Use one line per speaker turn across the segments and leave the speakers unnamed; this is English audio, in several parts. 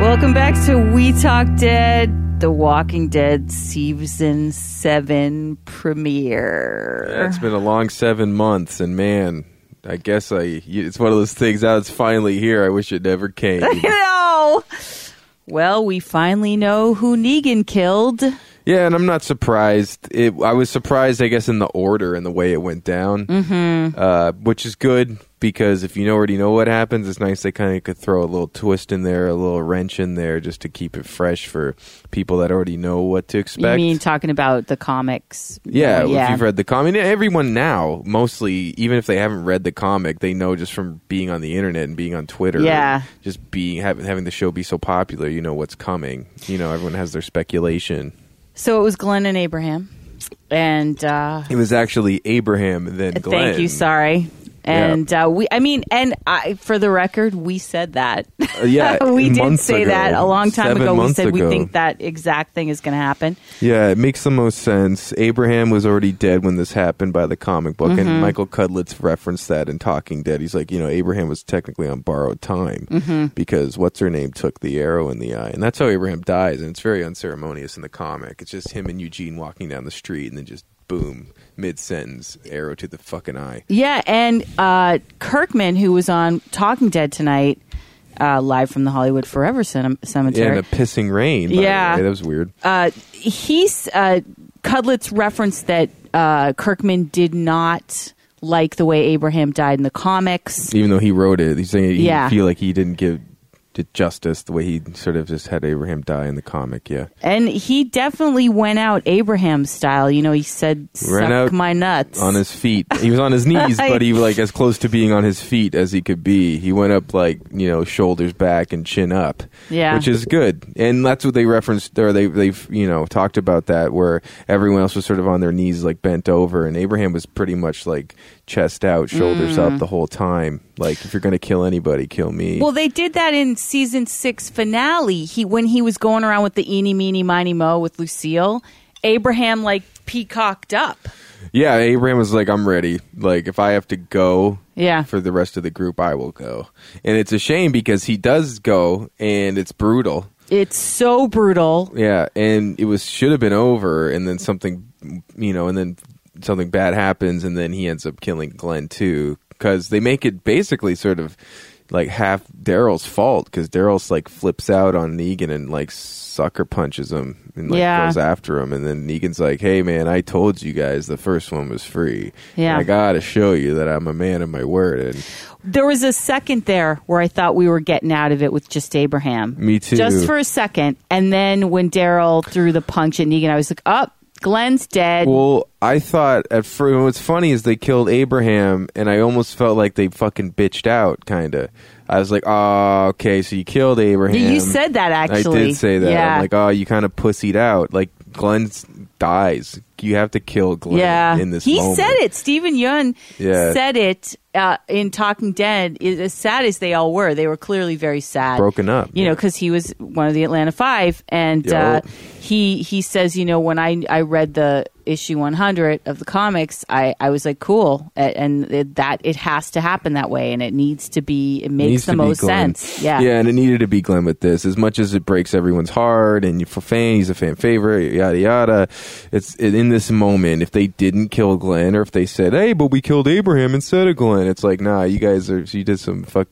Welcome back to We Talk Dead, The Walking Dead Season 7 premiere.
It's been a long seven months, and man, I guess I it's one of those things. Now it's finally here. I wish it never came.
no! Well, we finally know who Negan killed.
yeah, and I'm not surprised. It, I was surprised, I guess, in the order and the way it went down, mm-hmm. uh, which is good because if you already know what happens, it's nice they kind of could throw a little twist in there, a little wrench in there, just to keep it fresh for people that already know what to
You
expect.
mean talking about the comics?
Yeah, if
yeah.
you've read the comic, everyone now, mostly, even if they haven't read the comic, they know just from being on the internet and being on Twitter,
Yeah.
just being having, having the show be so popular, you know what's coming. You know, everyone has their speculation.
so it was Glenn and Abraham. And uh,
It was actually Abraham and then Glenn.
thank you, sorry. And uh, we, I mean, and I, for the record, we said that.
Uh, yeah,
we did
months
say
ago.
that a long time
Seven
ago. We
months
said we
ago.
think that exact thing is going to happen.
Yeah, it makes the most sense. Abraham was already dead when this happened by the comic book,
Mm-hmm.
and Michael Cudlitz referenced that in Talking Dead. He's like, you know, Abraham was technically on borrowed time
Mm-hmm.
because what's her name took the arrow in the eye, and that's how Abraham dies. And it's very unceremonious in the comic. It's just him and Eugene walking down the street, and then just boom, mid sentence, arrow to the fucking eye.
Yeah, and uh, Kirkman, who was on Talking Dead tonight, uh, live from the Hollywood Forever Cem-
Yeah,
Cemetery,
and a pissing rain. by the
Yeah.
way. that was weird.
uh, he's uh, Cudlitz referenced that uh, Kirkman did not like the way Abraham died in the comics.
even though he wrote it, he's saying he
Yeah.
feel like he didn't give it justice the way he sort of just had Abraham die in the comic. Yeah.
And he definitely went out Abraham style. You know, he said,
Ran
suck
out
my nuts.
on his feet. He was on his knees, but he was like as close to being on his feet as he could be. He went up like you know shoulders back and chin up,
Yeah.
which is good. And that's what they referenced or they they've you know talked about that where everyone else was sort of on their knees like bent over, and Abraham was pretty much like chest out, shoulders up the whole time. Like if you're gonna kill anybody, kill me.
Mm. Well, they did that in season six finale. He when he was going around with the eeny meeny miny mo with Lucille, Abraham like peacocked up.
yeah, Abraham was like, I'm ready. Like if I have to go,
Yeah,
for the rest of the group, I will go. And it's a shame because he does go, and it's brutal.
it's so brutal.
Yeah, and it was should have been over, and then something, you know, and then something bad happens, and then he ends up killing Glenn too, because they make it basically sort of like half Daryl's fault, because Daryl's like flips out on Negan and like sucker punches him and like
Yeah.
goes after him, and then Negan's like, "Hey man, I told you guys the first one was free.
Yeah.
I gotta show you that I'm a man of my word." And
There was a second there where I thought we were getting out of it with just Abraham.
Me too.
Just for a second, and then when Daryl threw the punch at Negan, I was like, "Up, Glenn's dead."
Well, I thought at first. What's funny is they killed Abraham, and I almost felt like they fucking bitched out. Kind of. I was like, oh, okay, so you killed Abraham.
you said that actually.
I did say that.
Yeah.
I'm like, oh, you kind of pussied out. Like Glenn dies. You have to kill Glenn.
yeah,
In this,
he
moment.
said it. Stephen Yun
Yeah.
said it uh, in Talking Dead. I- As sad as they all were, they were clearly very sad.
Broken up.
you know, because he was one of the Atlanta Five, and uh,
Yup.
he he says, you know, when I I read the issue 100 of the comics, I I was like, cool, A- and it, that it has to happen that way, and it needs to be. It
It
makes
needs
the
to be
most
Glenn.
sense. Yeah,
yeah, and it needed to be Glenn with this. As much as it breaks everyone's heart, and you're a fan, he's a fan favorite, yada yada. It's it, in this moment. If they didn't kill Glenn, or if they said, "Hey, but we killed Abraham instead of Glenn," it's like, nah, you guys are you did some fuck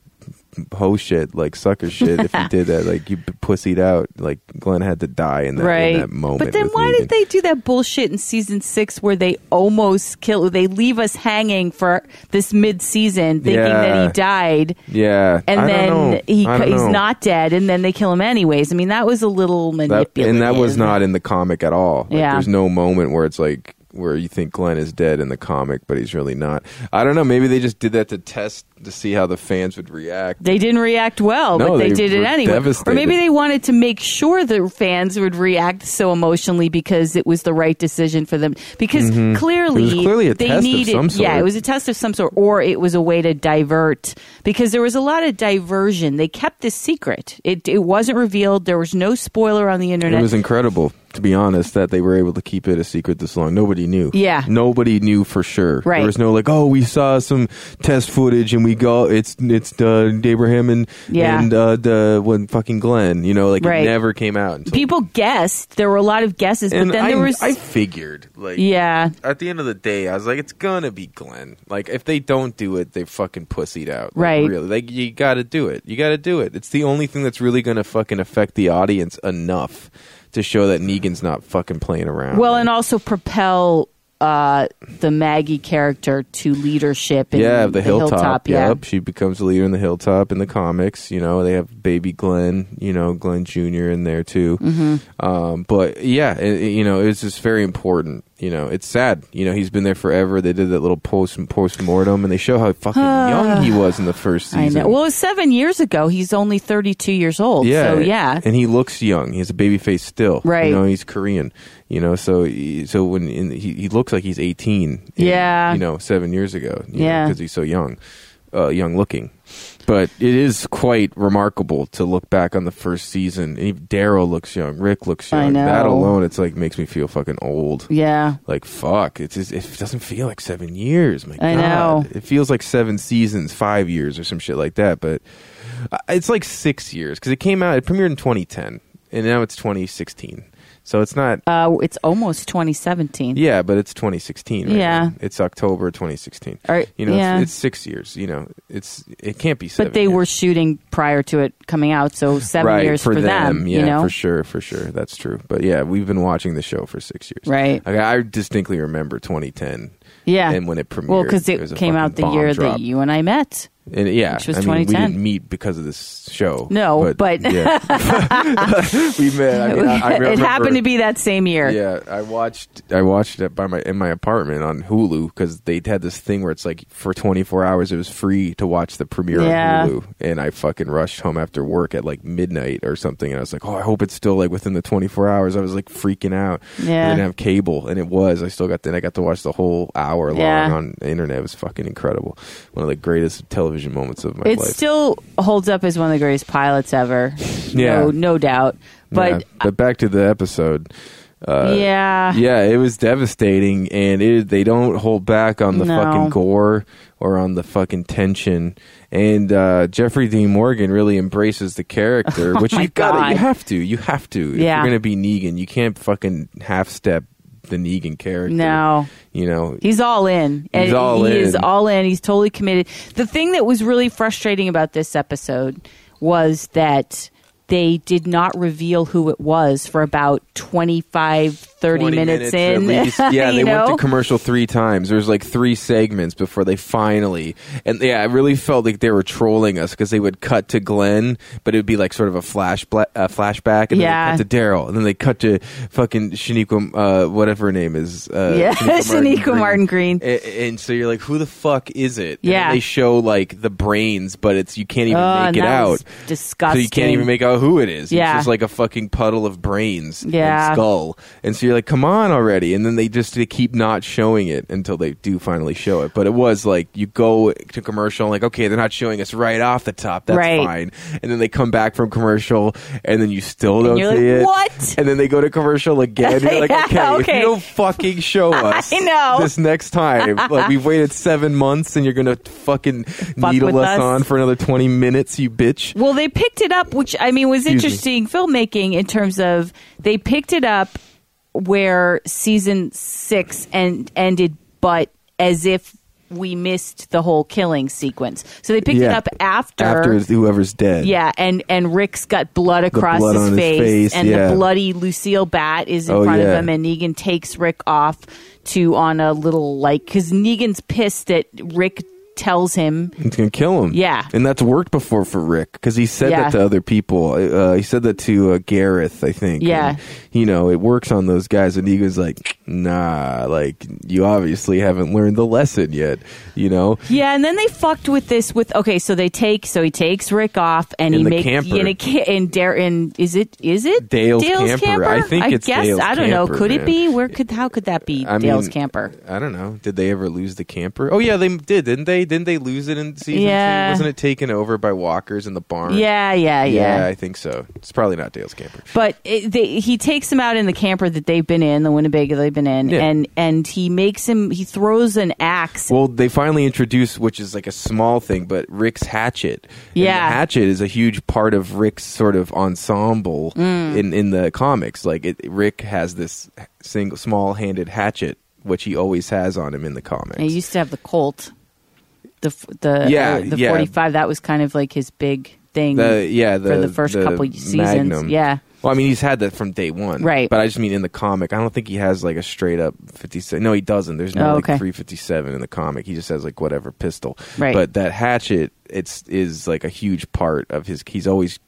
ho shit, like sucker shit. if you did that, like you pussied out. Like Glenn had to die in that, in
right.
that moment.
but then
with
why
Negan.
did they do that bullshit in season six where they almost kill? They leave us hanging for this mid season, thinking that
Yeah.
he died.
Yeah,
and
I
then
don't know.
he
I don't
he's
know.
not dead, and then they kill him anyways. I mean, that was a little
That-
manipulative,
and that was not in the comic at all. Like,
Yeah.
There's no moment where it's like where you think Glenn is dead in the comic, but he's really not. I don't know. Maybe they just did that to test to see how the fans would react.
They didn't react well,
No,
but they,
they
did it
were
anyway. Or
devastated.
maybe they wanted to make sure the fans would react so emotionally because it was the right decision for them. Because clearly,
Mm-hmm. It was clearly a
they
test of
needed,
some
yeah,
sort.
it was a test of some sort, or it was a way to divert because there was a lot of diversion. They kept this secret; it it wasn't revealed. There was no spoiler on the
It
internet.
was incredible. to be honest, that they were able to keep it a secret this long. Nobody knew.
Yeah.
Nobody knew for sure.
Right.
There was no like, oh, we saw some test footage and we go, it's it's uh, Abraham and
Yeah.
and uh, the when fucking Glenn. You know, like
Right.
it never came out. Until,
People guessed. There were a lot of guesses,
and
but then
I,
there was
I figured like
yeah,
at the end of the day, I was like, it's gonna be Glenn. Like, if they don't do it, they fucking pussied out. Like,
Right.
Really. Like, you gotta do it. You gotta do it. It's the only thing that's really gonna fucking affect the audience enough to show that Negan's not fucking playing around.
Well, and also propel uh, the Maggie character to leadership. In
yeah, the, hilltop.
yeah.
Yep. She becomes the leader in the hilltop in the comics. You know, they have baby Glenn, you know, Glenn Jr. in there too. Mm-hmm. Um, but yeah, it, it- you know, it's just very important. You know, it's sad. You know, he's been there forever. They did that little post post mortem, and they show how fucking young he was in the first
I
season.
know. Well, it was seven years ago. He's only thirty-two years old.
yeah,
So yeah,
and he looks young. He's a baby face still.
Right.
You know, he's Korean. You know, so he- so when in, he he looks like he's eighteen. in,
Yeah.
You know, seven years ago.
Yeah.
because he's so young, uh, young looking. But it is quite remarkable to look back on the first season. E- Daryl looks young. Rick looks young.
I know.
That alone, it's like makes me feel fucking old.
yeah.
Like fuck, it's just, it doesn't feel like seven years. My
I
God,
know.
it feels like seven seasons, five years, or some shit like that. But uh, it's like six years because it came out, it premiered in 2010, and now it's 2016. So it's not,
Uh, it's almost twenty seventeen.
yeah, but it's 2016. Right
Yeah.
now. it's October 2016.
All right,
you know,
yeah.
it's, it's six years. You know, it's it can't be seven.
But they
years.
were shooting prior to it coming out, so seven
right,
years
for, them. yeah,
you know,
for sure, for sure, that's true. But yeah, we've been watching the show for six years.
Right.
Like, I distinctly remember 2010.
yeah.
and when it premiered,
well, because it,
was a
came
fucking
out the
bomb
year
drop.
that you and I met.
And yeah,
Which was
I mean, we
2010.
didn't meet because of this show.
No, but-
yeah. we met. I mean, I, I
it
remember-
happened to be that same year.
Yeah, I watched. I watched it by my in my apartment on Hulu because they had this thing where it's like for 24 hours it was free to watch the premiere
Yeah.
on Hulu, and I fucking rushed home after work at like midnight or something, and I was like, oh, I hope it's still like within the 24 hours. I was like freaking out.
Yeah.
I didn't have cable, and it was. I still got then I got to watch the whole hour long
Yeah.
on the internet. It was fucking incredible. One of the greatest television moments of my
It
life.
still holds up as one of the greatest pilots ever.
Yeah.
No, no doubt. But
yeah. but back to the episode. uh,
yeah. Yeah.
yeah, it was devastating, and it, they don't hold back on the
No.
fucking gore or on the fucking tension. And uh, Jeffrey Dean Morgan really embraces the character, which
Oh my
you got,
God.
you have to, you have to.
Yeah.
If you're gonna be Negan, you can't fucking half step the Negan character.
No.
you know,
He's all in. And
He's all
he is
in.
all in. He's totally committed. The thing that was really frustrating about this episode was that they did not reveal who it was for about 25, 30 minutes,
at
in.
least. Yeah,
you
they
know?
went to commercial three times. There was like three segments before they finally, and yeah, I really felt like they were trolling us because they would cut to Glenn, but it would be like sort of a flash bla- uh, flashback, and
Yeah.
then they cut to Daryl, and then they cut to fucking Shaniqua, uh, whatever her name is, uh,
Yeah, Shaniqua
Green.
Martin Green.
A- And, so you're like, who the fuck is it? And
Yeah.
then they show like the brains, but it's you can't even
Oh,
make
and
it
that
out.
was disgusting.
So you can't even make out who it is.
Yeah.
It's just like a fucking puddle of brains
Yeah.
and skull. And so you're like, come on already. And then they just they keep not showing it until they do finally show it. But it was like you go to commercial, like, okay, they're not showing us right off the top. That's
Right.
fine. And then they come back from commercial and then you still don't
you're
see
like,
it.
"What?"
And then they go to commercial again. You're like,
Yeah,
okay, if
okay.
you don't fucking show us
I know.
this next time. like we've waited seven months and you're gonna fucking needle
with
us,
us.
on for another twenty minutes, you bitch.
Well, they picked it up, which I mean was
Excuse me.
interesting filmmaking in terms of they picked it up where season six and ended, but as if we missed the whole killing sequence. So they picked it
Yeah.
up after.
After is- whoever's dead.
yeah, and, and Rick's got blood across
blood
his,
on his
face,
face,
and
yeah.
the bloody Lucille Bat is in
Oh,
front of
yeah.
him, and Negan takes Rick off to on a little like because Negan's pissed that Rick tells him
It's gonna kill him.
Yeah.
and that's worked before for Rick because he said
Yeah.
that to other people. Uh, he said that to uh, Gareth, I think.
Yeah.
And, you know it works on those guys, and he was like, "Nah, like you obviously haven't learned the lesson yet." You know,
Yeah, and then they fucked with this with okay, so they take so he takes Rick off and
In
he
the
makes
camper.
in a ca- in Dar- in is it is it
Dale's camper. I think it's
guess
Dale's
I don't know.
camper,
Could it
man.
be? Where could how could that be
I
Dale's
mean,
camper?
I don't know. Did they ever lose the camper? Oh yeah, they did, didn't they? Didn't they lose it in season
Yeah.
two? Wasn't it taken over by walkers in the barn?
Yeah, yeah, yeah.
I think so. It's probably not Dale's camper.
But it, they, he takes him out in the camper that they've been in, the Winnebago they've been in,
Yeah.
and and he makes him. He throws an axe.
Well, they finally introduced, which is like a small thing, but Rick's hatchet. And
Yeah.
the hatchet is a huge part of Rick's sort of ensemble
Mm.
in in the comics. Like it, Rick has this single small-handed hatchet, which he always has on him in the comics.
And he used to have the Colt, the f- the
Yeah,
uh, the
yeah.
forty five. That was kind of like his big thing.
the yeah the,
for the first couple seasons.
Magnum.
Yeah.
Well, I mean, he's had that from day one,
Right.
But I just mean in the comic, I don't think he has like a straight up fifty seven. No, he doesn't. There's
Oh,
no
okay.
like three fifty seven in the comic. He just has like whatever pistol,
Right.
But that hatchet, it's is like a huge part of his. He's always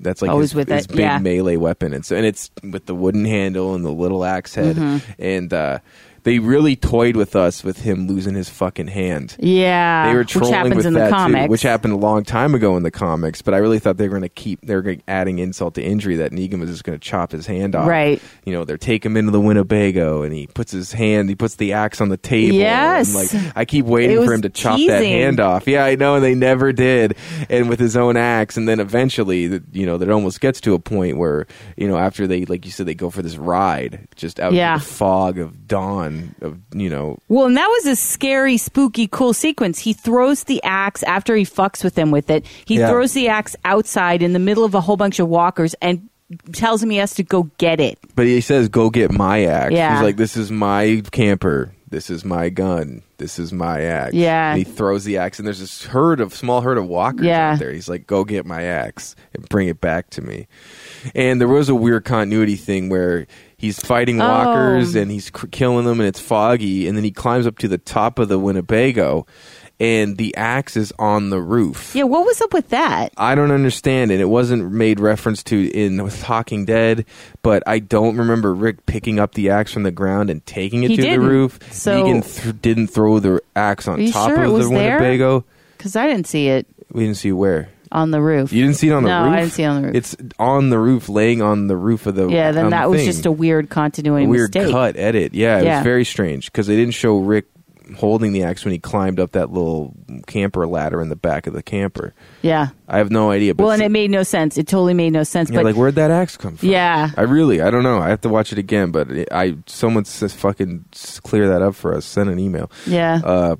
that's like
Always
his,
with
his
it,
big
yeah.
melee weapon, and so and it's with the wooden handle and the little axe head,
Mm-hmm.
and uh, they really toyed with us with him losing his fucking hand.
yeah,
They were
which
trolling
happens
with
in
that
the comics.
too, which happened a long time ago in the comics. But I really thought they were going to keep they were gonna, adding insult to injury that Negan was just going to chop his hand off.
Right.
You know, they take him into the Winnebago and he puts his hand, he puts the axe on the table.
Yes.
And like I keep
It
waiting
was
for him to chop that
teasing.
hand off. Yeah, I know, and they never did. And with his own axe, and then eventually, th- you know, that almost gets to a point where you know after they like you said they go for this ride just out
Yeah.
in the fog of dawn of you know
Well, and that was a scary, spooky, cool sequence. He throws the axe after he fucks with him with it. He
Yeah.
throws the axe outside in the middle of a whole bunch of walkers and tells him he has to go get it.
But he says, "Go get my axe."
Yeah.
He's like, "This is my camper. This is my gun. This is my axe."
Yeah.
And he throws the axe, and there's this herd of small herd of walkers
Yeah.
out there. He's like, "Go get my axe and bring it back to me." And there was a weird continuity thing where he's fighting
Oh.
walkers and he's cr- killing them, and it's foggy, and then he climbs up to the top of the Winnebago, and the axe is on the roof.
Yeah, what was up with that?
I don't understand, and it wasn't made reference to in with Talking Dead, but I don't remember Rick picking up the axe from the ground and taking it
He
to
didn't.
the roof.
So-
Negan th- didn't throw the axe
Are
on
you
top
sure it
of
was
the
there?
Winnebago.
Because I didn't see it
We didn't see where.
on the roof.
You didn't see it on the
No, I
roof.
didn't see it on the roof.
It's on the roof, laying on the roof of the.
yeah, then
um,
that was
thing.
just a weird continuity
weird
mistake.
cut edit. Yeah, it
Yeah.
was very strange because they didn't show Rick holding the axe when he climbed up that little camper ladder in the back of the camper.
Yeah.
I have no idea. But
Well, and it made no sense. It totally made no sense.
Yeah,
but
like where'd that axe come from?
Yeah.
I really, I don't know. I have to watch it again, but it, I someone says fucking s- clear that up for us. Send an email.
yeah,
Uh,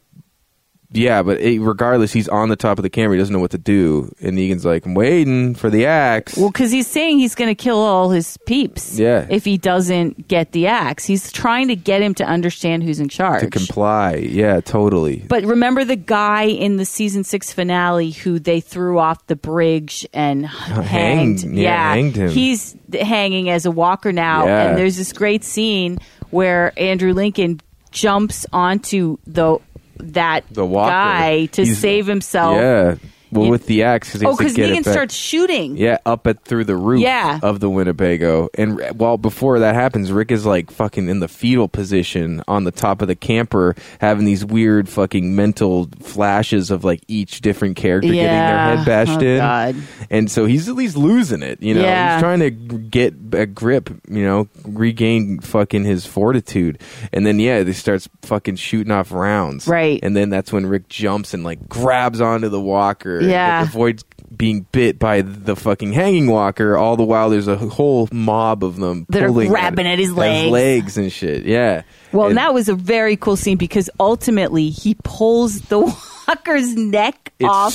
yeah, but it, regardless, he's on the top of the camera. He doesn't know what to do, and Negan's like, "I'm waiting for the axe."
Well, because he's saying he's going to kill all his peeps.
Yeah.
If he doesn't get the axe, he's trying to get him to understand who's in charge.
to comply. Yeah, totally.
but remember the guy in the season six finale who they threw off the bridge and hanged.
Oh, hanged, yeah, hanged him.
He's hanging as a walker now,
Yeah.
and there's this great scene where Andrew Lincoln jumps onto the that
The walker.
guy to
He's-
save himself.
yeah. Well,
You-
with the axe, because
Oh, because
because
Negan starts shooting.
Yeah, up at through the roof
Yeah.
of the Winnebago. And r- while before that happens, Rick is like fucking in the fetal position on the top of the camper, having these weird fucking mental flashes of like each different character
Yeah.
getting their head bashed
Oh,
in.
God.
And so he's at least losing it, you know.
Yeah.
He's trying to g- get a grip, you know, regain fucking his fortitude. And then yeah, they starts fucking shooting off rounds.
Right.
And then that's when Rick jumps and like grabs onto the walker and, like,
Yeah.
avoids being bit by the fucking hanging walker. All the while, there's a whole mob of them
That are
pulling
grabbing at his legs.
legs and shit. Yeah.
Well,
And
and that was a very cool scene because ultimately he pulls the walker's neck
it
off.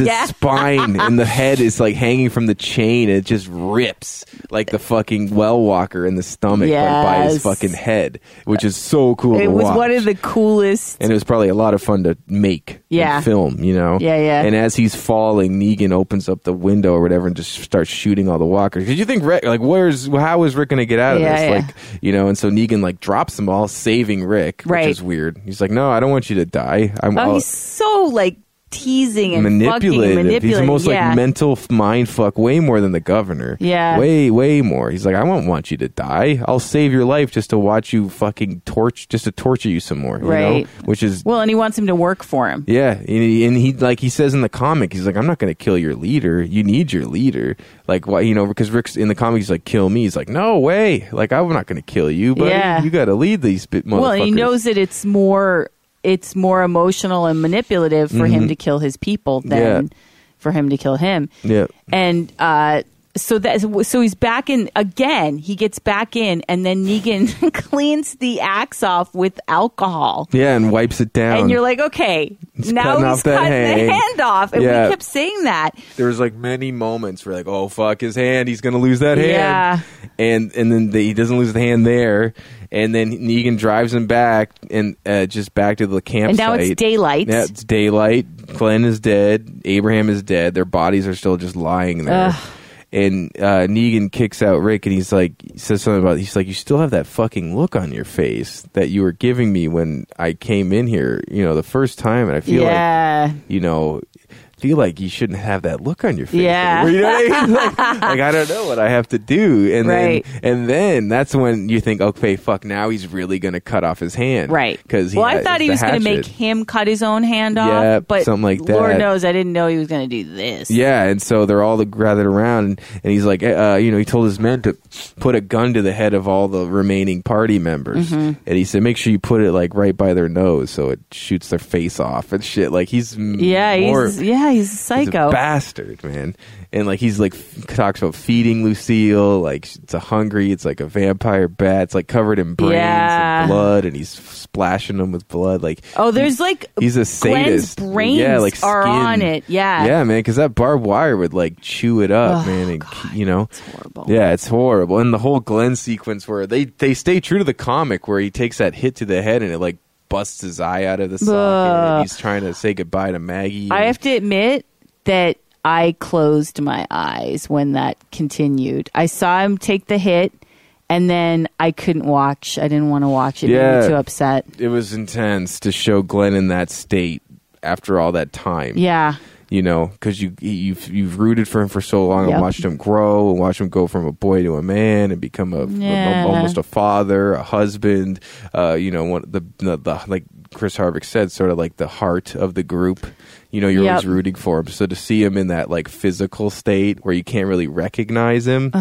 of
its
it. Yeah.
spine, and the head is like hanging from the chain. And it just rips like the fucking well walker in the stomach but by
Yes.
his fucking head, which is so cool.
It
to
was
watch.
one of the coolest.
and it was probably a lot of fun to make
Yeah.
and film you know
Yeah, yeah.
and as he's falling negan opens up the window or whatever and just starts shooting all the walkers did you think rick like where's how is rick gonna get out of
Yeah,
this
yeah.
like you know and so negan like drops them all saving rick
Right.
which is weird he's like no i don't want you to die i'm
Oh,
all-
he's so like teasing and
manipulative.
fucking manipulating.
He's almost
yeah.
like mental f- mind fuck way more than the governor.
Yeah.
Way, way more. He's like, I won't want you to die. I'll save your life just to watch you fucking torch, just to torture you some more. you know?
Right.
Which is
Well, and he wants him to work for him.
yeah, and he, and he like he says in the comic, he's like, "I'm not going to kill your leader. You need your leader." Like, why? You know, because Rick's in the comic, he's like, "Kill me." He's like, "No way! Like, I'm not going to kill you, but
Yeah.
you got to lead these bit motherfuckers."
Well, and he knows that it's more it's more emotional and manipulative for him to kill his people than
Mm-hmm. Yeah.
for him to kill him.
Yeah.
And uh, so that so he's back in again. He gets back in, and then Negan cleans the axe off with alcohol.
Yeah, and wipes it down.
And you're like, okay, now
cutting
he's
off that
cutting the
hand.
hand off. And
Yeah.
we kept saying that.
there was like many moments where like, oh fuck, his hand, he's gonna lose that hand.
Yeah.
And and then the, he doesn't lose the hand there, and then Negan drives him back and uh, just back to the campsite.
And now it's daylight.
Yeah, it's daylight. Glenn is dead. Abraham is dead. Their bodies are still just lying there.
Ugh.
And uh, Negan kicks out Rick, and he's like, he says something about, he's like, you still have that fucking look on your face that you were giving me when I came in here, you know, the first time, and I feel like
yeah.
you know, feel like you shouldn't have that look on your face.
Yeah.
You know what I mean? Like, like, I don't know what I have to do. And
Right.
then and then that's when you think, okay, fuck, now he's really gonna cut off his hand.
Right.
Because
well, I thought he was going to make him cut his own hand off,
Yeah,
but
something like
Lord
that.
knows I didn't know he was going to do this.
Yeah, and so they're all gathered around, and, and he's like, uh, you know, he told his men to put a gun to the head of all the remaining party members,
Mm-hmm.
and he said, make sure you put it like right by their nose so it shoots their face off and shit. Like he's m-
yeah,
more,
he's yeah, he's a
He's a
psycho.
bastard, man. And like he's like f- talks about feeding Lucille. Like sh- it's a hungry. It's like a vampire bat. It's like covered in brains
Yeah.
and blood, and he's f- splashing them with blood. Like
oh, there's like
he's a
Glenn's
sadist.
brains
yeah, like
are
skin.
on it. Yeah,
yeah, man. Because that barbed wire would like chew it up,
Oh,
man. And
God.
you know,
it's horrible.
yeah, it's horrible. And the whole Glenn sequence where they they stay true to the comic, where he takes that hit to the head and it like busts his eye out of the socket,
Ugh.
and he's trying to say goodbye to Maggie.
I
and-
have to admit that I closed my eyes when that continued. I saw him take the hit, and then I couldn't watch. I didn't want to watch it. Made me
Yeah.
too upset.
it was intense to show Glenn in that state after all that time.
Yeah,
You know, because you you've you've rooted for him for so long
Yep.
and watched him grow and watched him go from a boy to a man and become a,
Yeah.
a- almost a father, a husband. Uh, you know, one the, the the like Chris Harvick said, sort of like the heart of the group. You know, you're
Yep.
always rooting for him. So to see him in that like physical state where you can't really recognize him.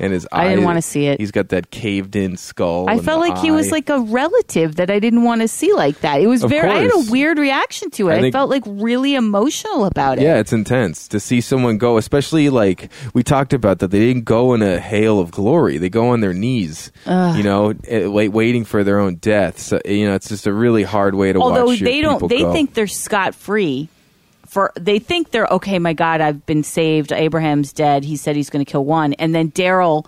And his
I
eye,
didn't wanna see it.
He's got that caved-in skull.
I
and
felt
the
like he was
eye.
like a relative that I didn't want to see like that. It was
Of
very. I had
course.
a weird reaction to it.
I
I,
think-
felt like really emotional about it.
Yeah, it's intense to see someone go, especially like we talked about that they didn't go in a hail of glory. They go on their knees, you know, eh, wait, waiting for their own death. So you know, it's just a really hard way to
Although
watch. your
they don't,
people
they
go.
think they're scot free. For they think they're okay. My God, I've been saved. Abraham's dead. He said he's going to kill one, and then Daryl,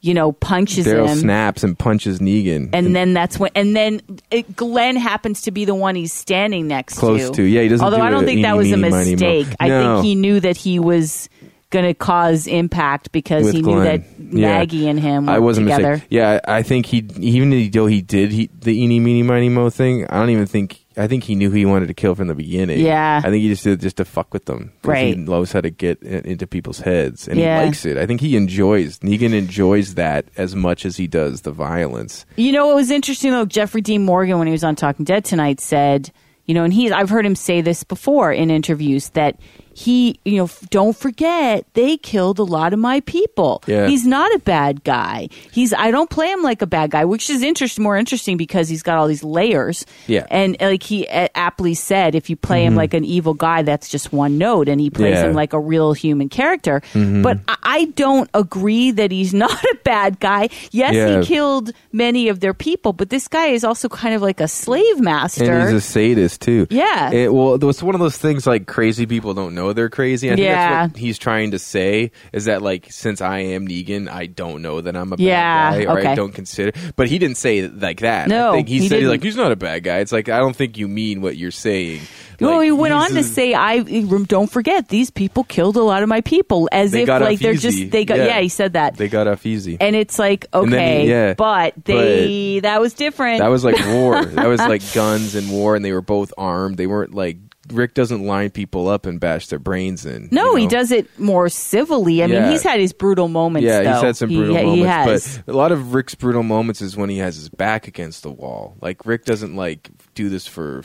you know, punches
Daryl
him.
snaps and punches Negan,
and then that's when and then it, Glenn happens to be the one he's standing next
Close
to.
to. Yeah, he doesn't
Although
do
I don't
it,
think that
eeny,
was a
meeny, miny, moe.
mistake. I
No.
think he knew that he was going to cause impact because
with
he knew
Glenn.
that
Yeah.
Maggie and him were
I wasn't
Mm-hmm. together.
mistaken. Yeah, I I think he even though he did he, the eeny meeny miny mo thing. I don't even think. I think he knew who he wanted to kill from the beginning.
Yeah.
I think he just did it just to fuck with them. 'cause
Right.
He knows how to get in, into people's heads, and
Yeah.
he likes it. I think he enjoys Negan enjoys that as much as he does the violence.
You know what was interesting though? Jeffrey Dean Morgan, when he was on Talking Dead tonight, said, you know, and he I've heard him say this before in interviews that he, you know, f- don't forget they killed a lot of my people.
Yeah.
He's not a bad guy. He's I don't play him like a bad guy, which is interest more interesting because he's got all these layers.
Yeah. Mm-hmm.
and like he a- aptly said, if you play him like an evil guy, that's just one note, and he plays
Yeah. Mm-hmm.
him like a real human character. But I, I don't agree that he's not a bad guy. Yes,
Yeah.
he killed killed many of their people, but this guy is also kind of like a slave master.
And he's a sadist too.
Yeah.
It, well, it's one of those things like crazy people don't know they're crazy. I
Yeah.
think that's what he's trying to say is that like since I am Negan, I don't know that I'm a bad
Yeah,
guy or
okay.
I don't consider. But he didn't say it like that.
No,
I think he,
he
said
didn't.
like he's not a bad guy. It's like I don't think you mean what you're saying.
well,
Like,
he went
he's
on to
a-
say, "I don't forget these people killed a lot of my people," as
they
if
got
like
off
they're
easy.
just they got yeah. he said that,
they got off easy.
and it's like
And then
okay,
he- yeah.
but they that was different.
That was like war. that was like guns and war, and they were both armed. They weren't like Rick doesn't line people up and bash their brains in.
no,
you
he
know?
does it more civilly. I mean,
Yeah.
he's had his brutal moments.
Yeah, he's
though.
had some
He-
brutal
he,
moments,
has.
but a lot of Rick's brutal moments is when he has his back against the wall. Like Rick doesn't like do this for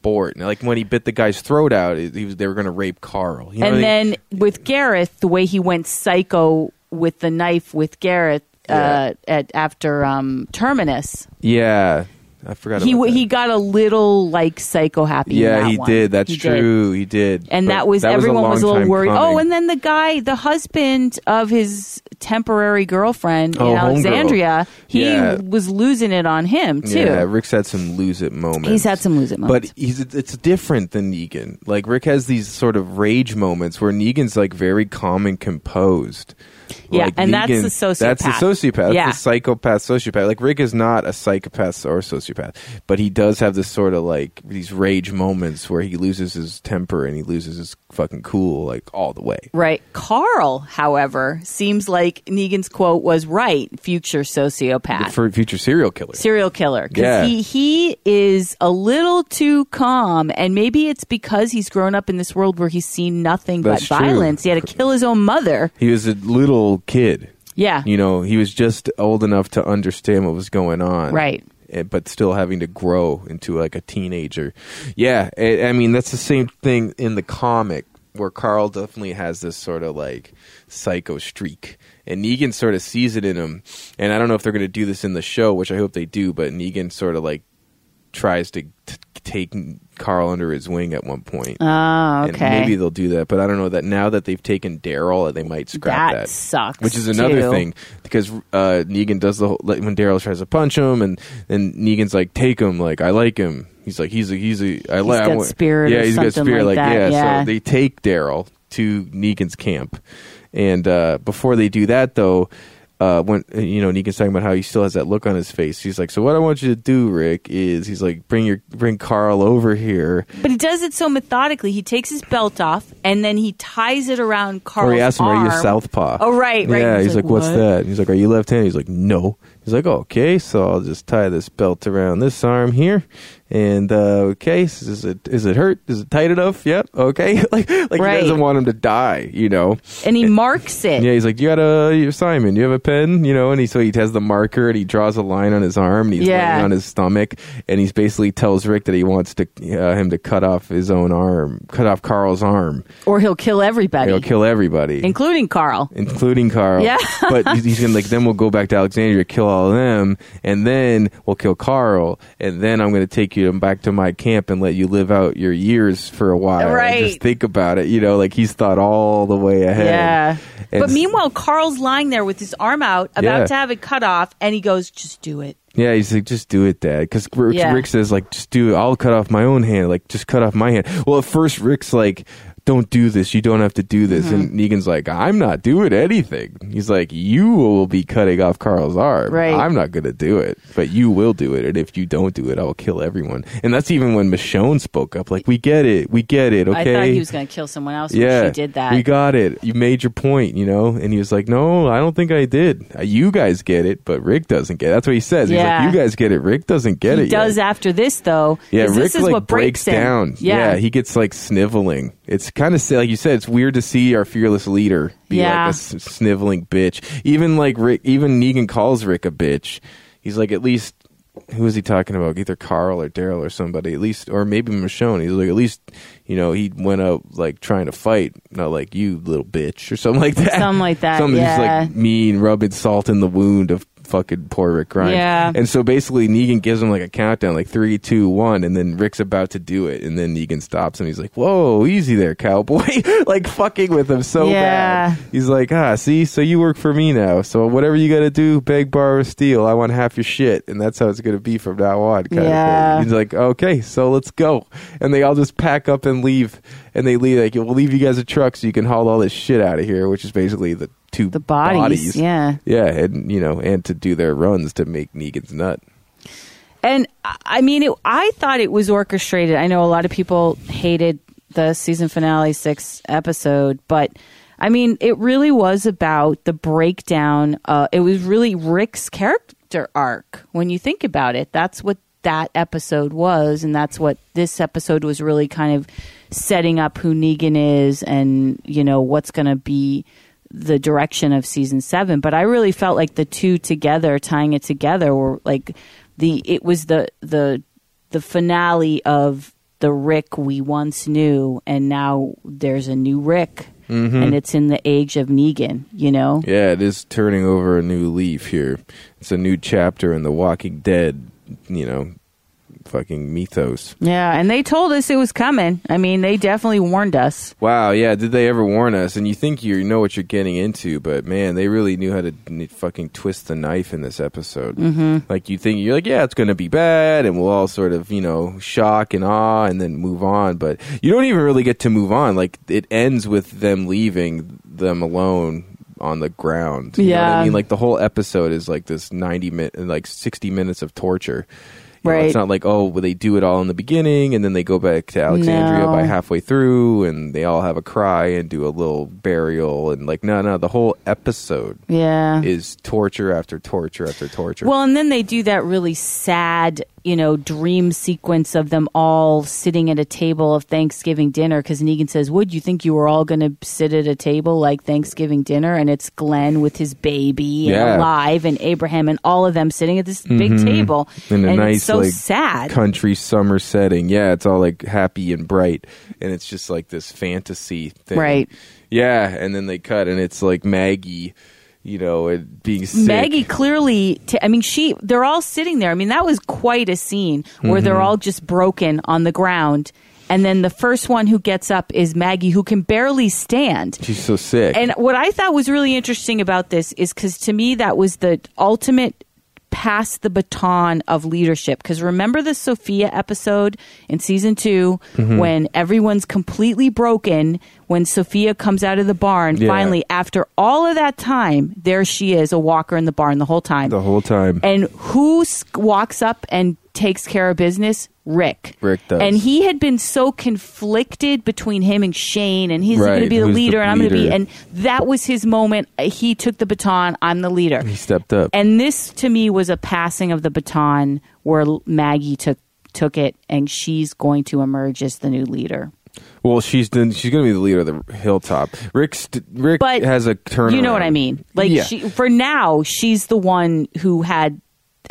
sport. And, like when he bit the guy's throat out, it- he was, they were going to rape Carl. You know what I
and
mean?
then with Gareth, the way he went psycho with the knife with Gareth uh,
Yeah.
at after um, Terminus,
yeah, I forgot.
he
about
w-
that.
he got a little like psycho happy. in
Yeah,
that
he
one.
did. That's
He did.
true. He did.
And
But
that was everyone was a little
long time
worried.
coming.
Oh, and then the guy, the husband of his temporary girlfriend
Oh,
in
homegirl.
Alexandria, he
Yeah.
was losing it on him too.
yeah, Rick's had some lose it moments.
He's had some lose it moments.
But he's it's different than Negan. Like Rick has these sort of rage moments where Negan's like very calm and composed.
Yeah,
Like,
and that's the
That's the
sociopath.
sociopath. That's
Yeah.
the psychopath sociopath. Like Rick is not a psychopath or sociopath, but he does have this sort of like these rage moments where he loses his temper and he loses his fucking cool like all the way.
Right. Carl, however, seems like Negan's quote was right. Future sociopath,
For future serial killer.
serial killer. 'Cause
Yeah.
he he is a little too calm, and maybe it's because he's grown up in this world where he's seen nothing
That's
but
true.
violence. He had to kill his own mother.
He was a little kid.
Yeah.
You know, he was just old enough to understand what was going on.
Right.
Eh, But still having to grow into like a teenager. Yeah. I I mean, that's the same thing in the comic where Carl definitely has this sort of like psycho streak. And Negan sort of sees it in him. And I don't know if they're going to do this in the show, which I hope they do, but Negan sort of like tries to t- take Carl under his wing at one point.
Oh,
And
okay.
maybe they'll do that, but I don't know that now that they've taken Daryl, they might scrap
That
that.
sucks,
Which is another
too.
thing because uh, Negan does the whole like, when Daryl tries to punch him, and and Negan's like, "Take him, like I like him." He's like, "He's a he's a I like."
got
I want-"
spirit or
Yeah, he's got
something
spirit.
like that, yeah.
so they take Daryl to Negan's camp, and uh, before they do that though. Uh, when uh, you know Negan's talking about how he still has that look on his face, he's like, "So what I want you to do, Rick, is he's like, bring your bring Carl over here,
But he does it so methodically. He takes his belt off and then he ties it around Carl's
Or he asked him,
arm.
"Are you a southpaw?"
Oh, right, right.
Yeah, he's, like, "What's
"What?"
that?" And he's like, "Are you left-handed?" He's like, "No." He's like, "Okay, so I'll just tie this belt around this arm here, and uh, okay, s- is it is it hurt? Is it tight enough? Yep. Okay, like like
Right.
he doesn't want him to die, you know?
And he marks it.
Yeah, he's like, "You got a Simon? You have a pen, you know?" And he so he has the marker and he draws a line on his arm and he's
Yeah.
laying on his stomach and he's basically tells Rick that he wants to uh, him to cut off his own arm, cut off Carl's arm.
Or he'll kill everybody,
He'll kill everybody,
including Carl.
including Carl.
Yeah.
but he's, he's gonna like then we'll go back to Alexandria, kill all of them, and then we'll kill Carl, and then I'm gonna take you back to my camp and let you live out your years for a while. and
Right.
just think about it. You know, like he's thought all the way ahead.
Yeah.
And
but
s-
meanwhile, Carl's lying there with his arm out, about
Yeah.
to have it cut off, and he goes, "Just do it."
Yeah, he's like, just do it, Dad. Because Rick,
Yeah.
Rick says, like, just do it. I'll cut off my own hand. Like, just cut off my hand. Well, at first, Rick's like, don't do this. You don't have to do
Mm-hmm.
this. And Negan's like, I'm not doing anything. He's like, you will be cutting off Carl's arm.
Right.
I'm not going to do it, but you will do it. And if you don't do it, I'll kill everyone. And that's even when Michonne spoke up. Like, we get it. We get it. Okay.
I thought he was going to kill someone else. when
Yeah,
she did that.
We got it. You made your point, you know. And he was like, "No, I don't think I did. Uh, You guys get it, but Rick doesn't get." it. That's what he says.
Yeah.
He's like, "You guys get it. Rick doesn't get
he
it."
does
yet.
after this though.
Yeah,
'cause
Rick
this is
like
what breaks,
breaks,
him.
down.
Yeah,
he gets like sniveling. It's kind of like you said. It's weird to see our fearless leader be
Yeah.
like a s- sniveling bitch. Even like Rick, even Negan calls Rick a bitch. He's like, at least who is he talking about? Either Carl or Daryl or somebody. At least, or maybe Michonne. He's like, at least you know he went out like trying to fight, not like you little bitch or something like that.
Something like that,
Something just
yeah.
like mean, rubbing salt in the wound of fucking poor Rick Grimes.
Yeah.
And so basically, Negan gives him like a countdown, like three, two, one, and then Rick's about to do it, and then Negan stops and he's like, "Whoa, easy there, cowboy!" like fucking with him so
Yeah.
bad. He's like, "Ah, see, so you work for me now. So whatever you got to do, beg, borrow, steal. I want half your shit, and that's how it's gonna be from now on." Kind
Yeah.
of thing. He's like, "Okay, so let's go," and they all just pack up and leave, and they leave like, "We'll leave you guys a truck so you can haul all this shit out of here," which is basically the two
the bodies.
bodies.
Yeah,
Yeah, and you know, and to do their runs to make Negan's nut.
and I- I mean, it, I thought it was orchestrated. I know a lot of people hated the season finale sixth episode, but. I mean, it really was about the breakdown. Uh, it was really Rick's character arc. When you think about it, that's what that episode was, and that's what this episode was really kind of setting up who Negan is and, you know, what's going to be the direction of season seven. But I really felt like the two together, tying it together, were like the, it was the, the, the finale of the Rick we once knew, and now there's a new Rick, and it's in the age of Negan, you know?
Yeah, it is turning over a new leaf here. It's a new chapter in the Walking Dead, you know, fucking mythos.
Yeah, and they told us it was coming. I mean, they definitely warned us.
Wow, yeah, did they ever warn us? And you think you know what you're getting into, but man, they really knew how to n- fucking twist the knife in this episode. Mm-hmm. Like you think you're like, yeah, it's going to be bad, and we'll all sort of you know shock and awe, and then move on. But you don't even really get to move on. Like it ends with them leaving them alone on the ground. You know what
Yeah.
I mean, like the whole episode is like this ninety minute, like sixty minutes of torture. You know,
Right.
it's not like oh, well, they do it all in the beginning, and then they go back to Alexandria
No.
by halfway through, and they all have a cry and do a little burial, and like no, no, the whole episode
Yeah.
is torture after torture after torture.
Well, and then they do that really sad, you know, dream sequence of them all sitting at a table of Thanksgiving dinner because Negan says, Would you think you were all going to sit at a table like Thanksgiving dinner? And it's Glenn with his baby
Yeah. Mm-hmm.
and alive and Abraham and all of them sitting at this big table.
in a
and
nice
it's so
like
sad.
country summer setting. Yeah, it's all like happy and bright, and it's just like this fantasy thing,
Right.
Yeah, and then they cut, and it's like Maggie, you know, it being sick.
Maggie clearly, t- I mean, she, they're all sitting there. I mean, that was quite a scene where they're
Mm-hmm.
all just broken on the ground. And then the first one who gets up is Maggie, who can barely stand.
she's so sick.
And what I thought was really interesting about this is because to me, that was the ultimate pass the baton of leadership. Because remember the Sophia episode in season 2
Mm-hmm.
when everyone's completely broken, when Sophia comes out of the barn,
Yeah.
finally, after all of that time, there she is, a walker in the barn the whole time.
the whole time.
And who s- walks up and takes care of business? Rick.
Rick does.
And he had been so conflicted between him and Shane, and he's going
Right,
to be the
who's the
leader, and I'm going to be.
leader?
And that was his moment. Uh, He took the baton. I'm the leader.
he stepped up.
And this to me was a passing of the baton where L- Maggie took took it, and she's going to emerge as the new leader.
well, she's then she's going to be the leader of the hilltop. Rick st- Rick
But
has a turn.
You know what I mean? Like
Yeah.
she, for now, she's the one who had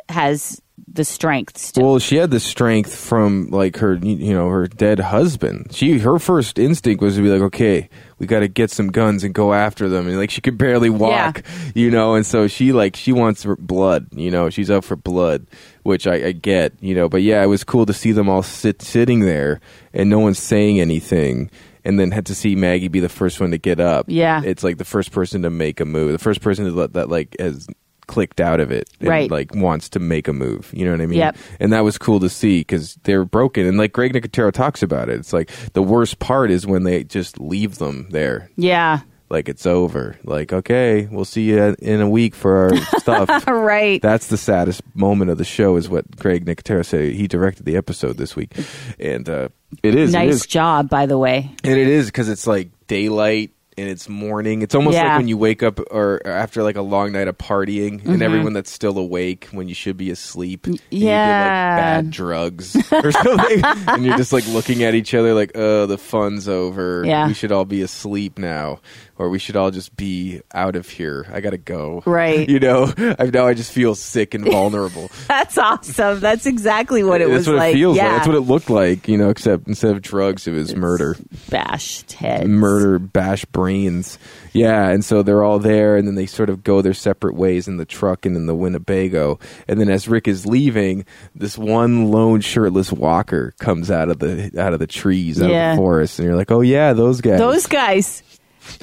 has the strength still.
Well, she had the strength from like her, you you know, her dead husband. She her first instinct was to be like, okay, we got to get some guns and go after them. And like she could barely walk, you know, and so she like she wants her blood, you know, she's out for blood, which I, I get, you know. But yeah, it was cool to see them all sit sitting there and no one's saying anything. And then had to see Maggie be the first one to get up.
Yeah.
it's like the first person to make a move, the first person to let that like has clicked out of it, and,
Right.
Like wants to make a move. You know what I mean?
Yep.
And that was cool to see because they're broken. And like Greg Nicotero talks about it, it's like the worst part is when they just leave them there.
yeah.
Like it's over. Like, okay, we'll see you in a week for our stuff.
Right.
That's the saddest moment of the show, is what Greg Nicotero said. He directed the episode this week. And uh, it is. It
nice
is
job, by the way.
and it is because it's like daylight and it's morning. It's almost
Yeah.
like when you wake up or or after like a long night of partying
Mm-hmm.
and everyone that's still awake when you should be asleep. and you did,
yeah.
like bad drugs or something, and you're just like looking at each other like, "Oh, the fun's over.
Yeah.
We should all be asleep now, or we should all just be out of here. I gotta go."
Right.
You know, I now I just feel sick and vulnerable.
That's awesome. That's exactly what it
That's
was
what
like.
it feels
yeah.
like. That's what it looked like, you know. Except instead of drugs, it was murder.
bashed heads.
murder bash brains yeah and so they're all there and then they sort of go their separate ways in the truck and in the winnebago and then as rick is leaving this one lone shirtless walker comes out of the out of the trees out
Yeah.
of the forest and you're like oh yeah those guys
Those guys.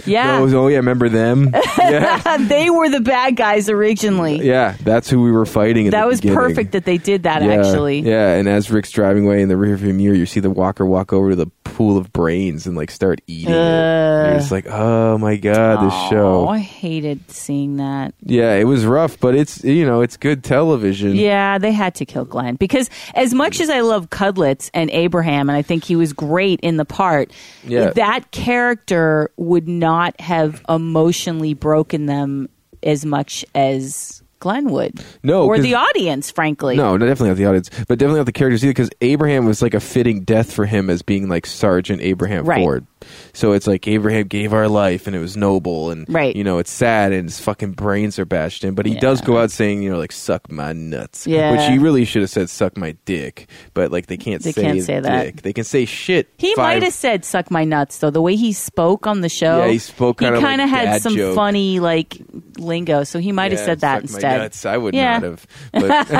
Yeah.
Those- oh yeah remember them yeah
they were the bad guys originally.
yeah that's who we were fighting at
that
the
was
beginning.
perfect that they did that,
yeah,
actually.
Yeah, and as Rick's driving away in the rearview mirror, you see the walker walk over to the pool of brains and like start eating. it. And
Ugh.
It's like, oh my god, this show.
Oh, I hated seeing that.
Yeah, it was rough, but it's you know it's good television.
Yeah, they had to kill Glenn because as much as I love Cudlitz and Abraham, and I think he was great in the part,
Yeah.
that character would not have emotionally broken them as much as Glenn would.
No,
or
'cause-
the audience, frankly.
No, no, definitely not the audience, but definitely not the characters either. Because Abraham was like a fitting death for him as being like Sergeant Abraham
Right.
Ford. So it's like Abraham gave our life, and it was noble, and
Right.
you know it's sad, and his fucking brains are bashed in. But he does
Yeah.
go out saying, you know, like suck my nuts,
Yeah.
which he really should have said suck my dick, but like they can't
They
say
can't say that.
dick. They can say shit.
He
five-
might have said "suck my nuts" though. The way he spoke on the show,
Yeah, he spoke
He
kinda
kinda
like
had
dad
some
joke.
funny like lingo, so he might have
Yeah,
said that
suck my
instead said.
nuts. I would
Yeah.
not have. But,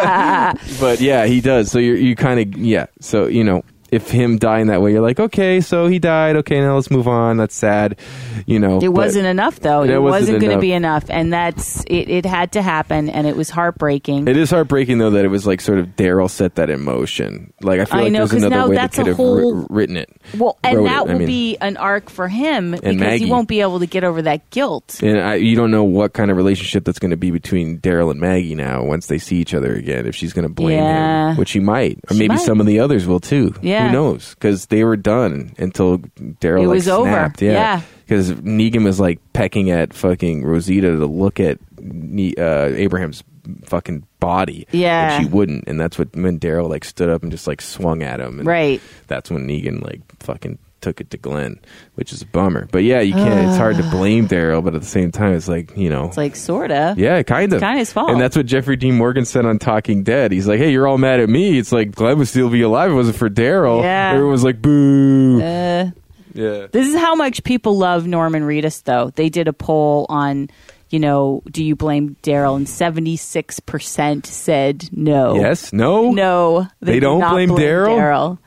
but yeah, he does. So you're, you kind of yeah. So you know, if him dying that way, you're like, okay, so he died. Okay, now let's move on. That's sad. You know,
It
but-
wasn't enough, though.
It
It
wasn't
wasn't going to
enough.
be enough, and that's it. It had to happen, and it was heartbreaking.
It is heartbreaking though that it was like sort of Daryl set that in motion. Like I feel
I
like
know,
there's
'cause
another
now
way that
that's a
could have
whole-
wri- written it.
well,
wrote
and
it,
that
I
will
mean.
be an arc for him because
Maggie.
he won't be able to get over that guilt.
And I, you don't know what kind of relationship that's going to be between Daryl and Maggie now once they see each other again. If she's going to blame
Yeah.
him, which she might, or
She
maybe
might.
some of the others will too.
Yeah.
who knows? Because they were done until Daryl
It
like,
was over.
snapped.
Yeah.
Yeah, because Negan was like pecking at fucking Rosita to look at Ne- uh, Abraham's fucking body.
Yeah.
and she wouldn't, and that's what when Daryl like stood up and just like swung at him. And
Right.
that's when Negan like fucking took it to Glenn, which is a bummer. But yeah, you can't. it's hard to blame Daryl, but at the same time, it's like you know,
It's like sorta.
yeah, kind of,
kinda his fault.
And that's what Jeffrey Dean Morgan said on Talking Dead. He's like, "Hey, you're all mad at me. It's like Glenn would still be alive. if It wasn't for Daryl.
Yeah.
Everyone's like, boo.
Uh,
yeah,
This is how much people love Norman Reedus, though. They did a poll on, you know, do you blame Daryl? And 76% said no.
yes, no,
No.
They
did
don't
not
blame Daryl?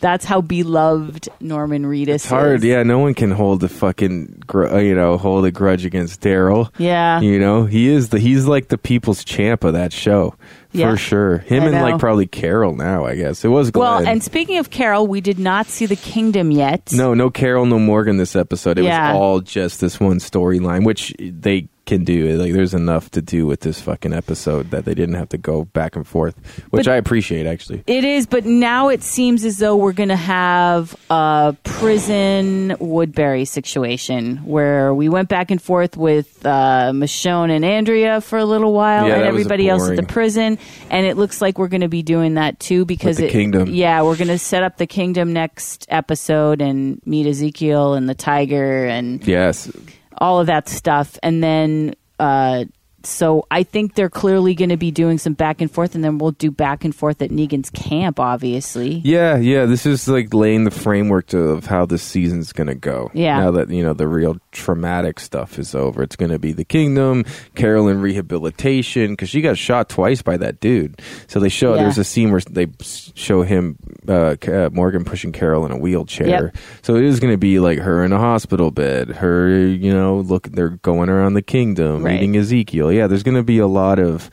That's how beloved Norman Reedus
It's hard.
is.
Yeah, no one can hold the fucking gr- uh, you know hold a grudge against Daryl.
Yeah.
You know, he is the he's like the people's champ of that show
Yeah.
for sure. Him
I
and
know.
like probably Carol now, I guess. It was Glenn.
Well, and speaking of Carol, we did not see the kingdom yet.
no, no Carol, no Morgan this episode. It
Yeah.
was all just this one storyline, which they can do. Like, there's enough to do with this fucking episode that they didn't have to go back and forth, which
But-
I appreciate actually.
It is, but now it seems as though we're going to have a prison Woodbury situation where we went back and forth with uh, Michonne and Andrea for a little while,
Yeah,
and
that was
everybody else at the
boring.
prison, and it looks like we're going to be doing that too because
the
it,
kingdom.
Yeah, we're going to set up the kingdom next episode and meet Ezekiel and the tiger and
Yes,
all of that stuff, and then uh, so I think they're clearly going to be doing some back and forth, and then we'll do back and forth at Negan's camp, obviously.
Yeah, yeah. This is like laying the framework to, of how this season's gonna go.
Yeah.
Now that you know the real traumatic stuff is over, it's gonna be the kingdom, Carolyn rehabilitation because she got shot twice by that dude. So they show
Yeah.
there's a scene where they s- show him uh, Ca- uh, Morgan pushing Carol in a wheelchair.
Yep.
So it is gonna be like her in a hospital bed. Her, you know, look they're going around the kingdom,
Right.
meeting Ezekiel. Yeah, there's gonna be a lot of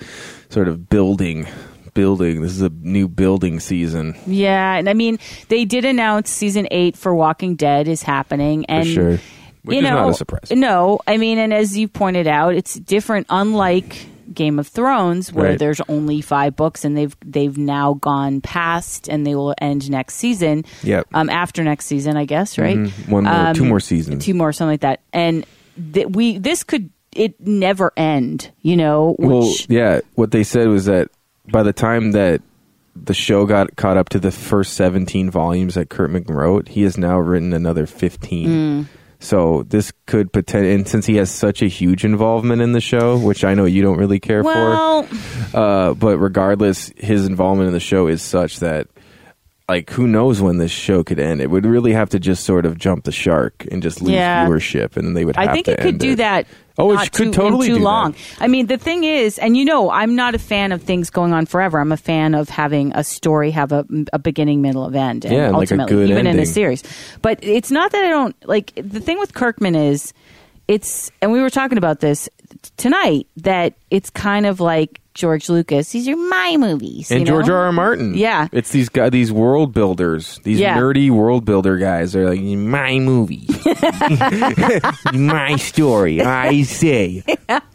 sort of building. Building. This is a new building season.
Yeah, and I mean they did announce season eight for Walking Dead is happening, and
sure. Which
you
is
know,
not a surprise.
No, I mean, and as you pointed out, it's different. Unlike Game of Thrones, where
Right.
there's only five books, and they've they've now gone past, and they will end next season.
Yep.
Um, after next season, I guess. Right.
Mhm. One more,
Um,
two more seasons.
two more, something like that. And th- we this could it never end, you know. Which
well, yeah. What they said was that by the time that the show got caught up to the first 17 volumes that Kurt McWrote, wrote, he has now written another
Mm.
15. So this could potentially, and since he has such a huge involvement in the show, which I know you don't really care
well,
for, uh, but regardless, his involvement in the show is such that like who knows when this show could end? It would really have to just sort of jump the shark and just lose
Yeah.
viewership, and then they would. Have
I think
to
it could
end
do that.
Oh, it
not
could
too, in
totally
too
do that.
long. I mean, the thing is, and you know, I'm not a fan of things going on forever. I'm a fan of having a story have a, a beginning, middle, of end, and
Yeah, and like a
ultimately,
good
even in a
ending.
series. But it's not that I don't like the thing with Kirkman is it's, and we were talking about this t- tonight that it's kind of like George Lucas. These are my movies,
and
you
George
know?
R. R. Martin.
Yeah.
it's these guys, these world builders, these
Yeah.
nerdy world builder guys. They're like my movie, my story. I say,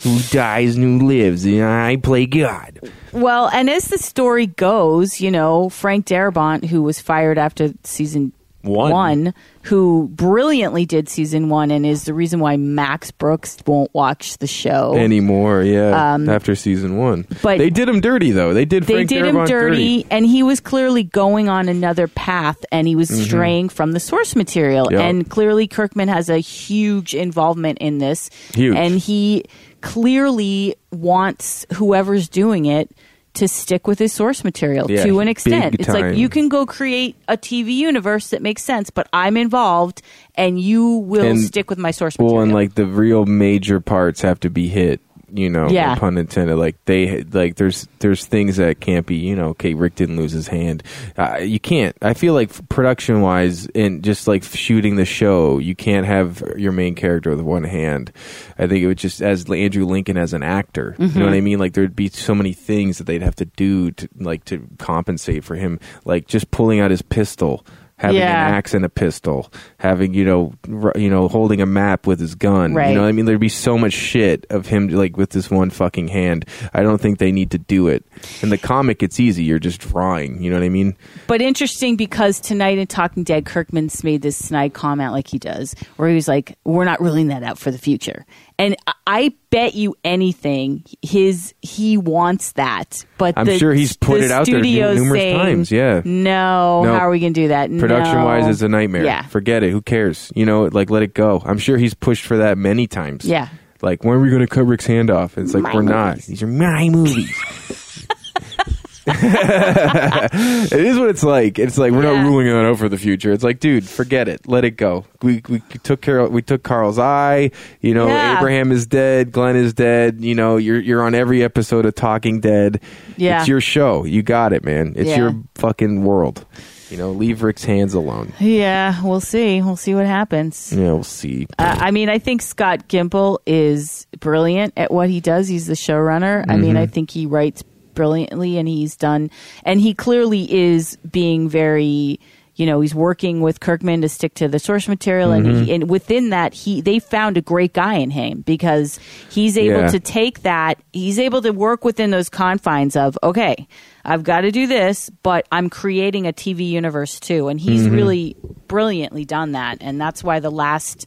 who dies and who lives, and I play God.
Well, and as the story goes, you know, Frank Darabont, who was fired after season
One.
who brilliantly did season one and is the reason why Max Brooks won't watch the show.
Anymore, yeah. after season one,
Um, but-
they did him dirty though. They did.
they
Frank
did
Darabont
him dirty, and he was clearly going on another path and he was
Mm-hmm.
straying from the source material
Yeah.
and clearly kirkman has a huge involvement in this
Huge.
and he clearly wants whoever's doing it to stick with his source material
Yeah,
to an
big
extent it's like
time.
you can go create a tv universe that makes sense but i'm involved and you will
And-
stick with my source
Well,
material
and like the real major parts have to be hit you know,
Yeah.
pun intended. Like they like there's there's things that can't be, you know, okay, Rick didn't lose his hand. Uh, you can't. I feel like production wise and just like shooting the show, you can't have your main character with one hand. I think it would just as Andrew Lincoln as an actor. You know
Mm-hmm.
what I mean? Like there'd be so many things that they'd have to do to like to compensate for him, like just pulling out his pistol having
Yeah.
an axe and a pistol, having you know, r- you know, holding a map with his gun.
Right.
You know, what I mean, there'd be so much shit of him like with this one fucking hand. I don't think they need to do it. In the comic, it's easy. You're just drawing. You know what I mean?
But interesting because tonight in Talking Dead, Kirkman's made this snide comment like he does, where he was like, "We're not ruling that out for the future." And I- I bet you anything, his he wants that. But
I'm
the-
sure he's put
the
it out there
studio's
numerous
saying,
times, yeah.
No,
No.
how are we going to do that?
Production
No.
wise, it's a nightmare.
Yeah.
Forget it. Who cares? You know, like let it go. I'm sure he's pushed for that many times.
Yeah.
Like when are we going to cut Rick's hand off? And it's like
My
we're not.
movies.
These are my movies. it is what it's like. It's like we're
Yeah.
not ruling it out for the future. It's like, dude, forget it. Let it go. We we took care. Of, we took Carl's eye. You know,
Yeah.
Abraham is dead. Glenn is dead. You know, you're you're on every episode of Talking Dead.
Yeah.
It's your show. You got it, man. It's
Yeah.
your fucking world. You know, leave Rick's hands alone.
yeah, we'll see. We'll see what happens.
Yeah, we'll see.
Uh, I mean, I think Scott Gimple is brilliant at what he does. He's the showrunner. I mean, I think he writes brilliantly, and he's done, and he clearly is being very. You know, he's working with Kirkman to stick to the source material, and, he, and within that, he they found a great guy in him because he's able
Yeah.
to take that. He's able to work within those confines of okay, I've got to do this, but I'm creating a TV universe too, and he's
Mm-hmm.
really brilliantly done that, and that's why the last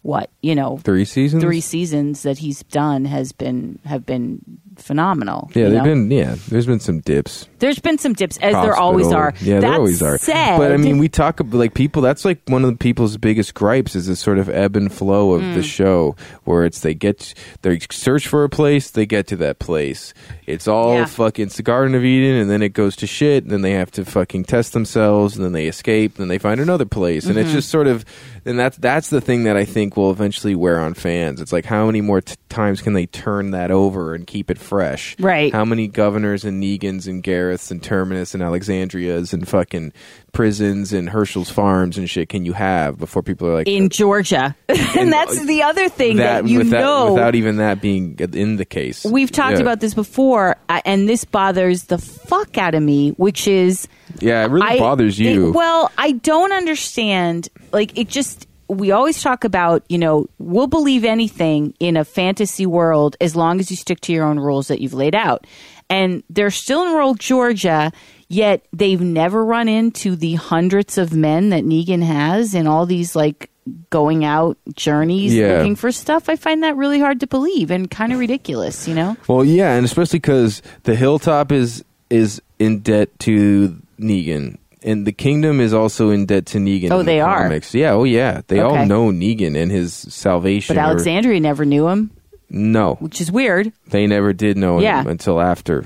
what you know
Three seasons.
three seasons that he's done has been have been phenomenal.
Yeah,
you
they've
know?
been. Yeah, there's been some dips.
There's been some dips, as there always
hospital.
are.
Yeah,
that
there always are.
Said,
but I mean, we talk about like people. That's like one of the people's biggest gripes is this sort of ebb and flow of
Mm.
the show, where it's they get they search for a place, they get to that place. It's all
Yeah.
fucking it's the Garden of Eden, and then it goes to shit. And then they have to fucking test themselves, and then they escape, and then they find another place. And
Mm-hmm.
it's just sort of, and that's that's the thing that I think will eventually wear on fans. It's like how many more t- times can they turn that over and keep it fresh?
Right.
How many governors and Negans and Gareths and Terminus and Alexandrias and fucking prisons and Herschel's farms and shit can you have before people are like
in Georgia, and
And,
that's
uh,
the other thing that, you
without,
know
without even that being in the case?
We've talked
Yeah.
about this before, uh, and this bothers the fuck out of me, which is
Yeah, it really
I-
bothers you.
it- well, I don't understand. Like, it just. We always talk about, you know, we'll believe anything in a fantasy world as long as you stick to your own rules that you've laid out. And they're still in rural Georgia, yet they've never run into the hundreds of men that Negan has in all these, like, going out journeys
Yeah.
looking for stuff. I find that really hard to believe and kind of ridiculous, you know?
Well, yeah, and especially because the hilltop is is in debt to Negan, and the kingdom is also in debt to Negan.
Oh,
in the
they are.
comics. Yeah, oh yeah, they
Okay.
all know Negan and his salvation.
But
or-
Alexandria never knew him,
no,
which is weird.
They never did know
Yeah.
him until after.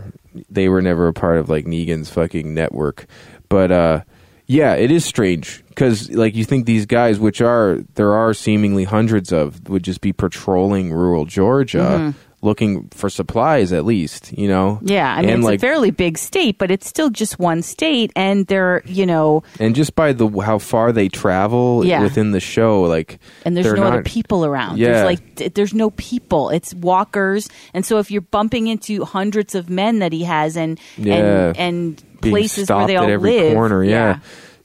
They were never a part of like Negan's fucking network. But uh yeah, it is strange cuz like you think these guys which are there are seemingly hundreds of would just be patrolling rural
Mm-hmm.
Georgia looking for supplies at least, you know.
Yeah, I mean
and,
it's
like,
a fairly big state, but it's still just one state, and they're you know,
and just by the how far they travel
Yeah.
within the show like
and there's
they're
no other
not-
people around.
Yeah.
There's like th- there's no people. It's walkers, and so if you're bumping into hundreds of men that he has, and
Yeah.
and and
being
places where
stopped
they
at
all
every
live,
corner,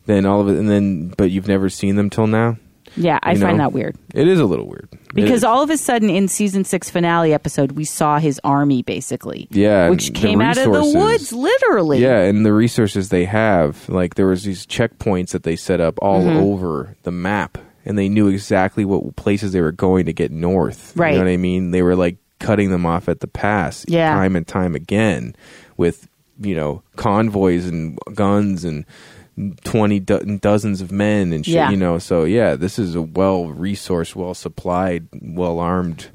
Then all of it and then but you've never seen them till now?
yeah, Yeah, I
you
find
know?
that weird.
It is a little weird It
Because
is.
all of a sudden, in season six finale episode, we saw his army basically,
Yeah,
which
and the
came out of the
resources.
woods, literally.
Yeah, and the resources they have, like there was these checkpoints that they set up all
Mm-hmm.
over the map, and they knew exactly what places they were going to get north.
Right.
You know what I mean? They were like cutting them off at the pass,
Yeah.
time and time again, with you know convoys and guns and. 20 do- dozens of men and shit
Yeah.
you know so yeah this is a well resourced well supplied well armed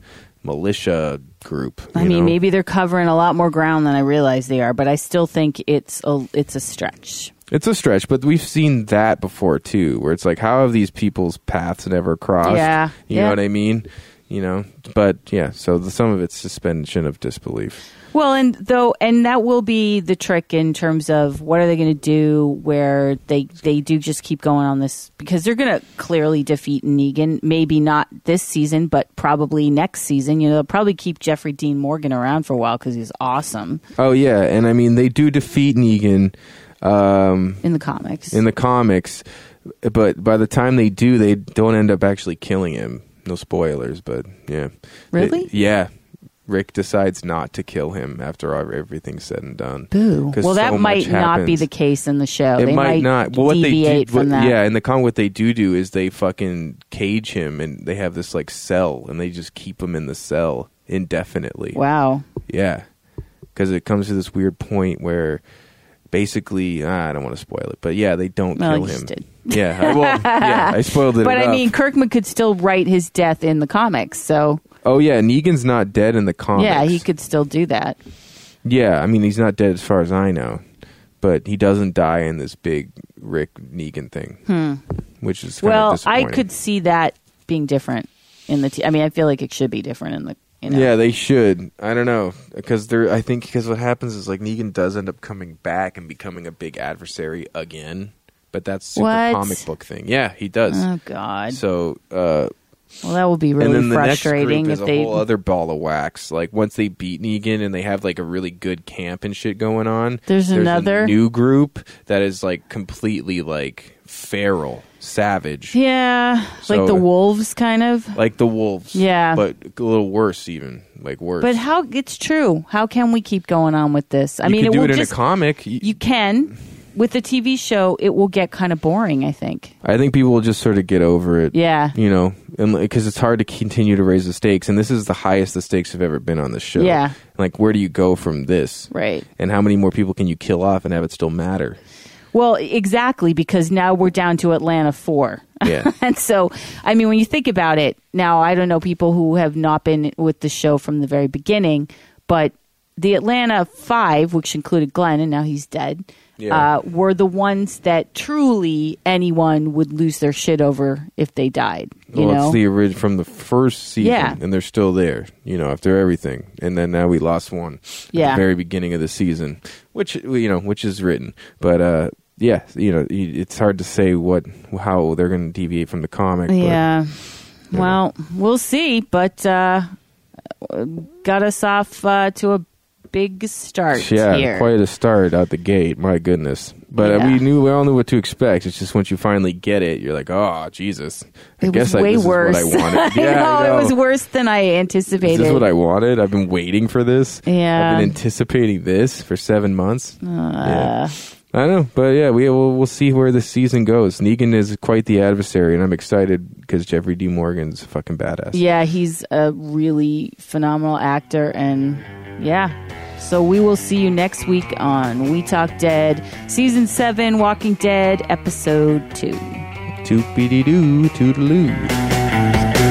militia group
I
you
mean,
know?
maybe they're covering a lot more ground than I realize they are, but I still think it's a it's a stretch.
It's a stretch, but we've seen that before too, where it's like, how have these people's paths never crossed?
Yeah,
you
yeah.
know what I mean. you know. But yeah, so the, some of it's suspension of disbelief.
Well, and though, and that will be the trick in terms of what are they going to do where they they do just keep going on this because they're going to clearly defeat Negan. Maybe not this season, but probably next season. You know, they'll probably keep Jeffrey Dean Morgan around for a while because he's awesome
Oh yeah, and I mean they do defeat Negan um,
in the comics.
in the comics, but by the time they do, they don't end up actually killing him. No spoilers, but yeah, They-
Really?
yeah. Rick decides not to kill him after all- everything's said and done.
Boo.
'Cause
Well, that
so much
might not be
happens.
the case in the show.
It
they
might not. Well, what
deviate
they do,
from
what-
that.
yeah, in the comic, what they do do is they fucking cage him, and they have this like cell, and they just keep him in the cell indefinitely.
Wow.
Yeah, because it comes to this weird point where basically ah, I don't want to spoil it, but yeah, they don't
Well,
kill
you
him.
just did.
Yeah, I, well, yeah, I spoiled it.
But I
enough.
mean, Kirkman could still write his death in the comics, so
oh yeah, Negan's not dead in the comics.
yeah, he could still do that.
Yeah, I mean, he's not dead as far as I know, but he doesn't die in this big Rick Negan thing, which is kind
Hmm. well,
of
I
disappointing.
could see that being different in the. T- I mean, I feel like it should be different in the. You know.
Yeah, they should. I don't know because they're. I think because what happens is like Negan does end up coming back and becoming a big adversary again, but that's super
What?
comic book thing. Yeah, he does.
Oh God.
so, uh,
well, that would be really
and then the next
frustrating if
group is a
they.
whole other ball of wax. Like once they beat Negan and they have like a really good camp and shit going on.
There's
a
another?
new group that is like completely like feral, savage,
yeah, like
So-
the wolves, kind of.
like the wolves.
Yeah.
but a little worse, even like worse.
But how it's true? How can we keep going on with this? I
you
mean,
could
it
do
will
it in
just
a comic. You-
you can with the TV show. It will get kind of boring. I think.
I think people will just sort of get over it.
Yeah.
You know, because it's hard to continue to raise the stakes. And this is the highest the stakes have ever been on the show.
Yeah.
Like, where do you go from this?
Right.
And how many more people can you kill off and have it still matter?
Well, exactly because now we're down to Atlanta four.
Yeah.
And so, I mean, when you think about it, now I don't know people who have not been with the show from the very beginning, but the Atlanta Five, which included Glenn, and now he's dead,
Yeah.
uh, were the ones that truly anyone would lose their shit over if they died. You
well,
know,
it's the original from the first season,
Yeah.
and they're still there, you know, after everything. And then now we lost one at
Yeah.
the very beginning of the season, which, you know, which is written. But, uh, yeah, you know, y- it's hard to say what how they're going to deviate from the comic.
yeah. Well, we'll see, but uh, got us off uh, to a big start
yeah,
here.
quite a start out the gate. My goodness, but uh,
Yeah.
we knew we all knew what to expect. It's just once you finally get it, you're like, oh Jesus! I
It
guess
was way
I, this
worse.
Is what I wanted.
I
yeah,
know,
I know.
it was worse than I
Is
anticipated.
this what I wanted? I've been waiting for this.
Yeah.
I've been anticipating this for seven months.
Uh,
Yeah. I know, but yeah, we will we'll see where the season goes. Negan is quite the adversary, and I'm excited because Jeffrey D. Morgan's fucking badass.
yeah, he's a really phenomenal actor, and yeah. So we will see you next week on We Talk Dead, Season 7, Walking Dead, Episode 2.
Toopity doo, toodaloo.